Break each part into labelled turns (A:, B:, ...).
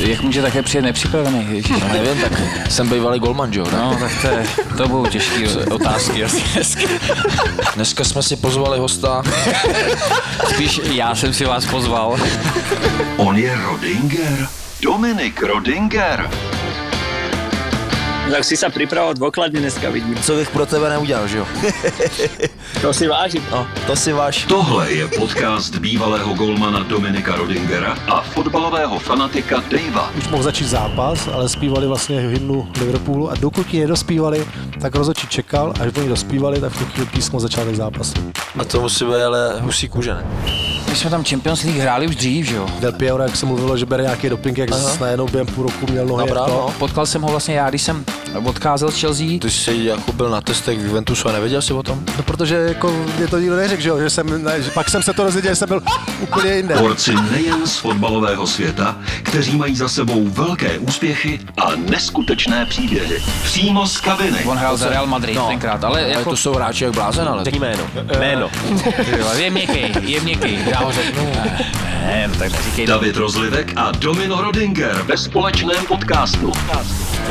A: Čech může také přijet nepřipravený. Ježiš,
B: Nevím, tak jsem bývalý golman, že jo? ne?
A: No, tak to, je, to budou těžký otázky.
B: Dneska jsme si pozvali hosta.
A: Spíš já jsem si vás pozval.
C: On je Rodinger. Dominik Rodinger.
D: Tak si sa pripravoval dôkladne dneska vidím.
B: Co bych pro tebe neudělal, že jo?
D: To si vážim.
B: No, to si váš.
C: Tohle je podcast bývalého golmana Dominika Rodingera a fotbalového fanatika Davea.
E: už mohl začít zápas, ale zpívali vlastně hymnu Liverpoolu a dokud ji nedospívali, tak rozhodčí čekal, až oni dospívali, tak v tu chvíli písmo začátek zápasu.
B: A to musí být ale husí kůže, ne?
A: My jsme tam Champions League hráli už dřív, že jo?
E: Del Piero, jak se mluvilo, že bere nějaký doping, jak
B: Aha.
E: Aha. najednou během půl roku měl nohy.
B: Dobrá,
E: jak to.
B: no.
A: Potkal jsem ho vlastně já, když jsem odcházel z Chelsea.
B: Ty jsi jako byl na testech v Juventusu a nevěděl jsi o tom?
E: No, protože jako mě to nikdo neřekl, že, jo, že jsem, ne, že pak jsem se to dozvěděl, že jsem byl úplně jinde.
C: Porci nejen z fotbalového světa, kteří mají za sebou velké úspěchy a neskutečné příběhy. Přímo z kabiny.
A: On hrál za Real Madrid no. tenkrát, ale
B: Ale
A: jako...
B: to jsou hráči jak blázen, ale.
F: Řekni jméno. Jméno.
A: Jo, Je měkký, je měkký, já ho řeknu. Ne, no tak neříkej.
C: David Rozlivek a Domino Rodinger ve společném podcastu.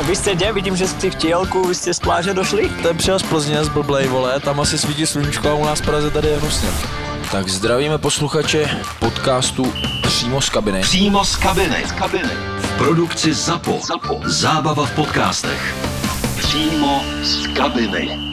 D: Vy ste kde? Vidím, že ste v tielku, vy ste z pláže došli?
B: Ten přijel z Plzně z Blblej, vole, tam asi svítí sluníčko a u nás v Praze tady je hnusně. Tak zdravíme posluchače podcastu přímo z kabiny.
C: Přímo z kabiny. Z kabiny. V produkci ZAPO. ZAPO. Zábava v podcastech. Přímo z kabiny.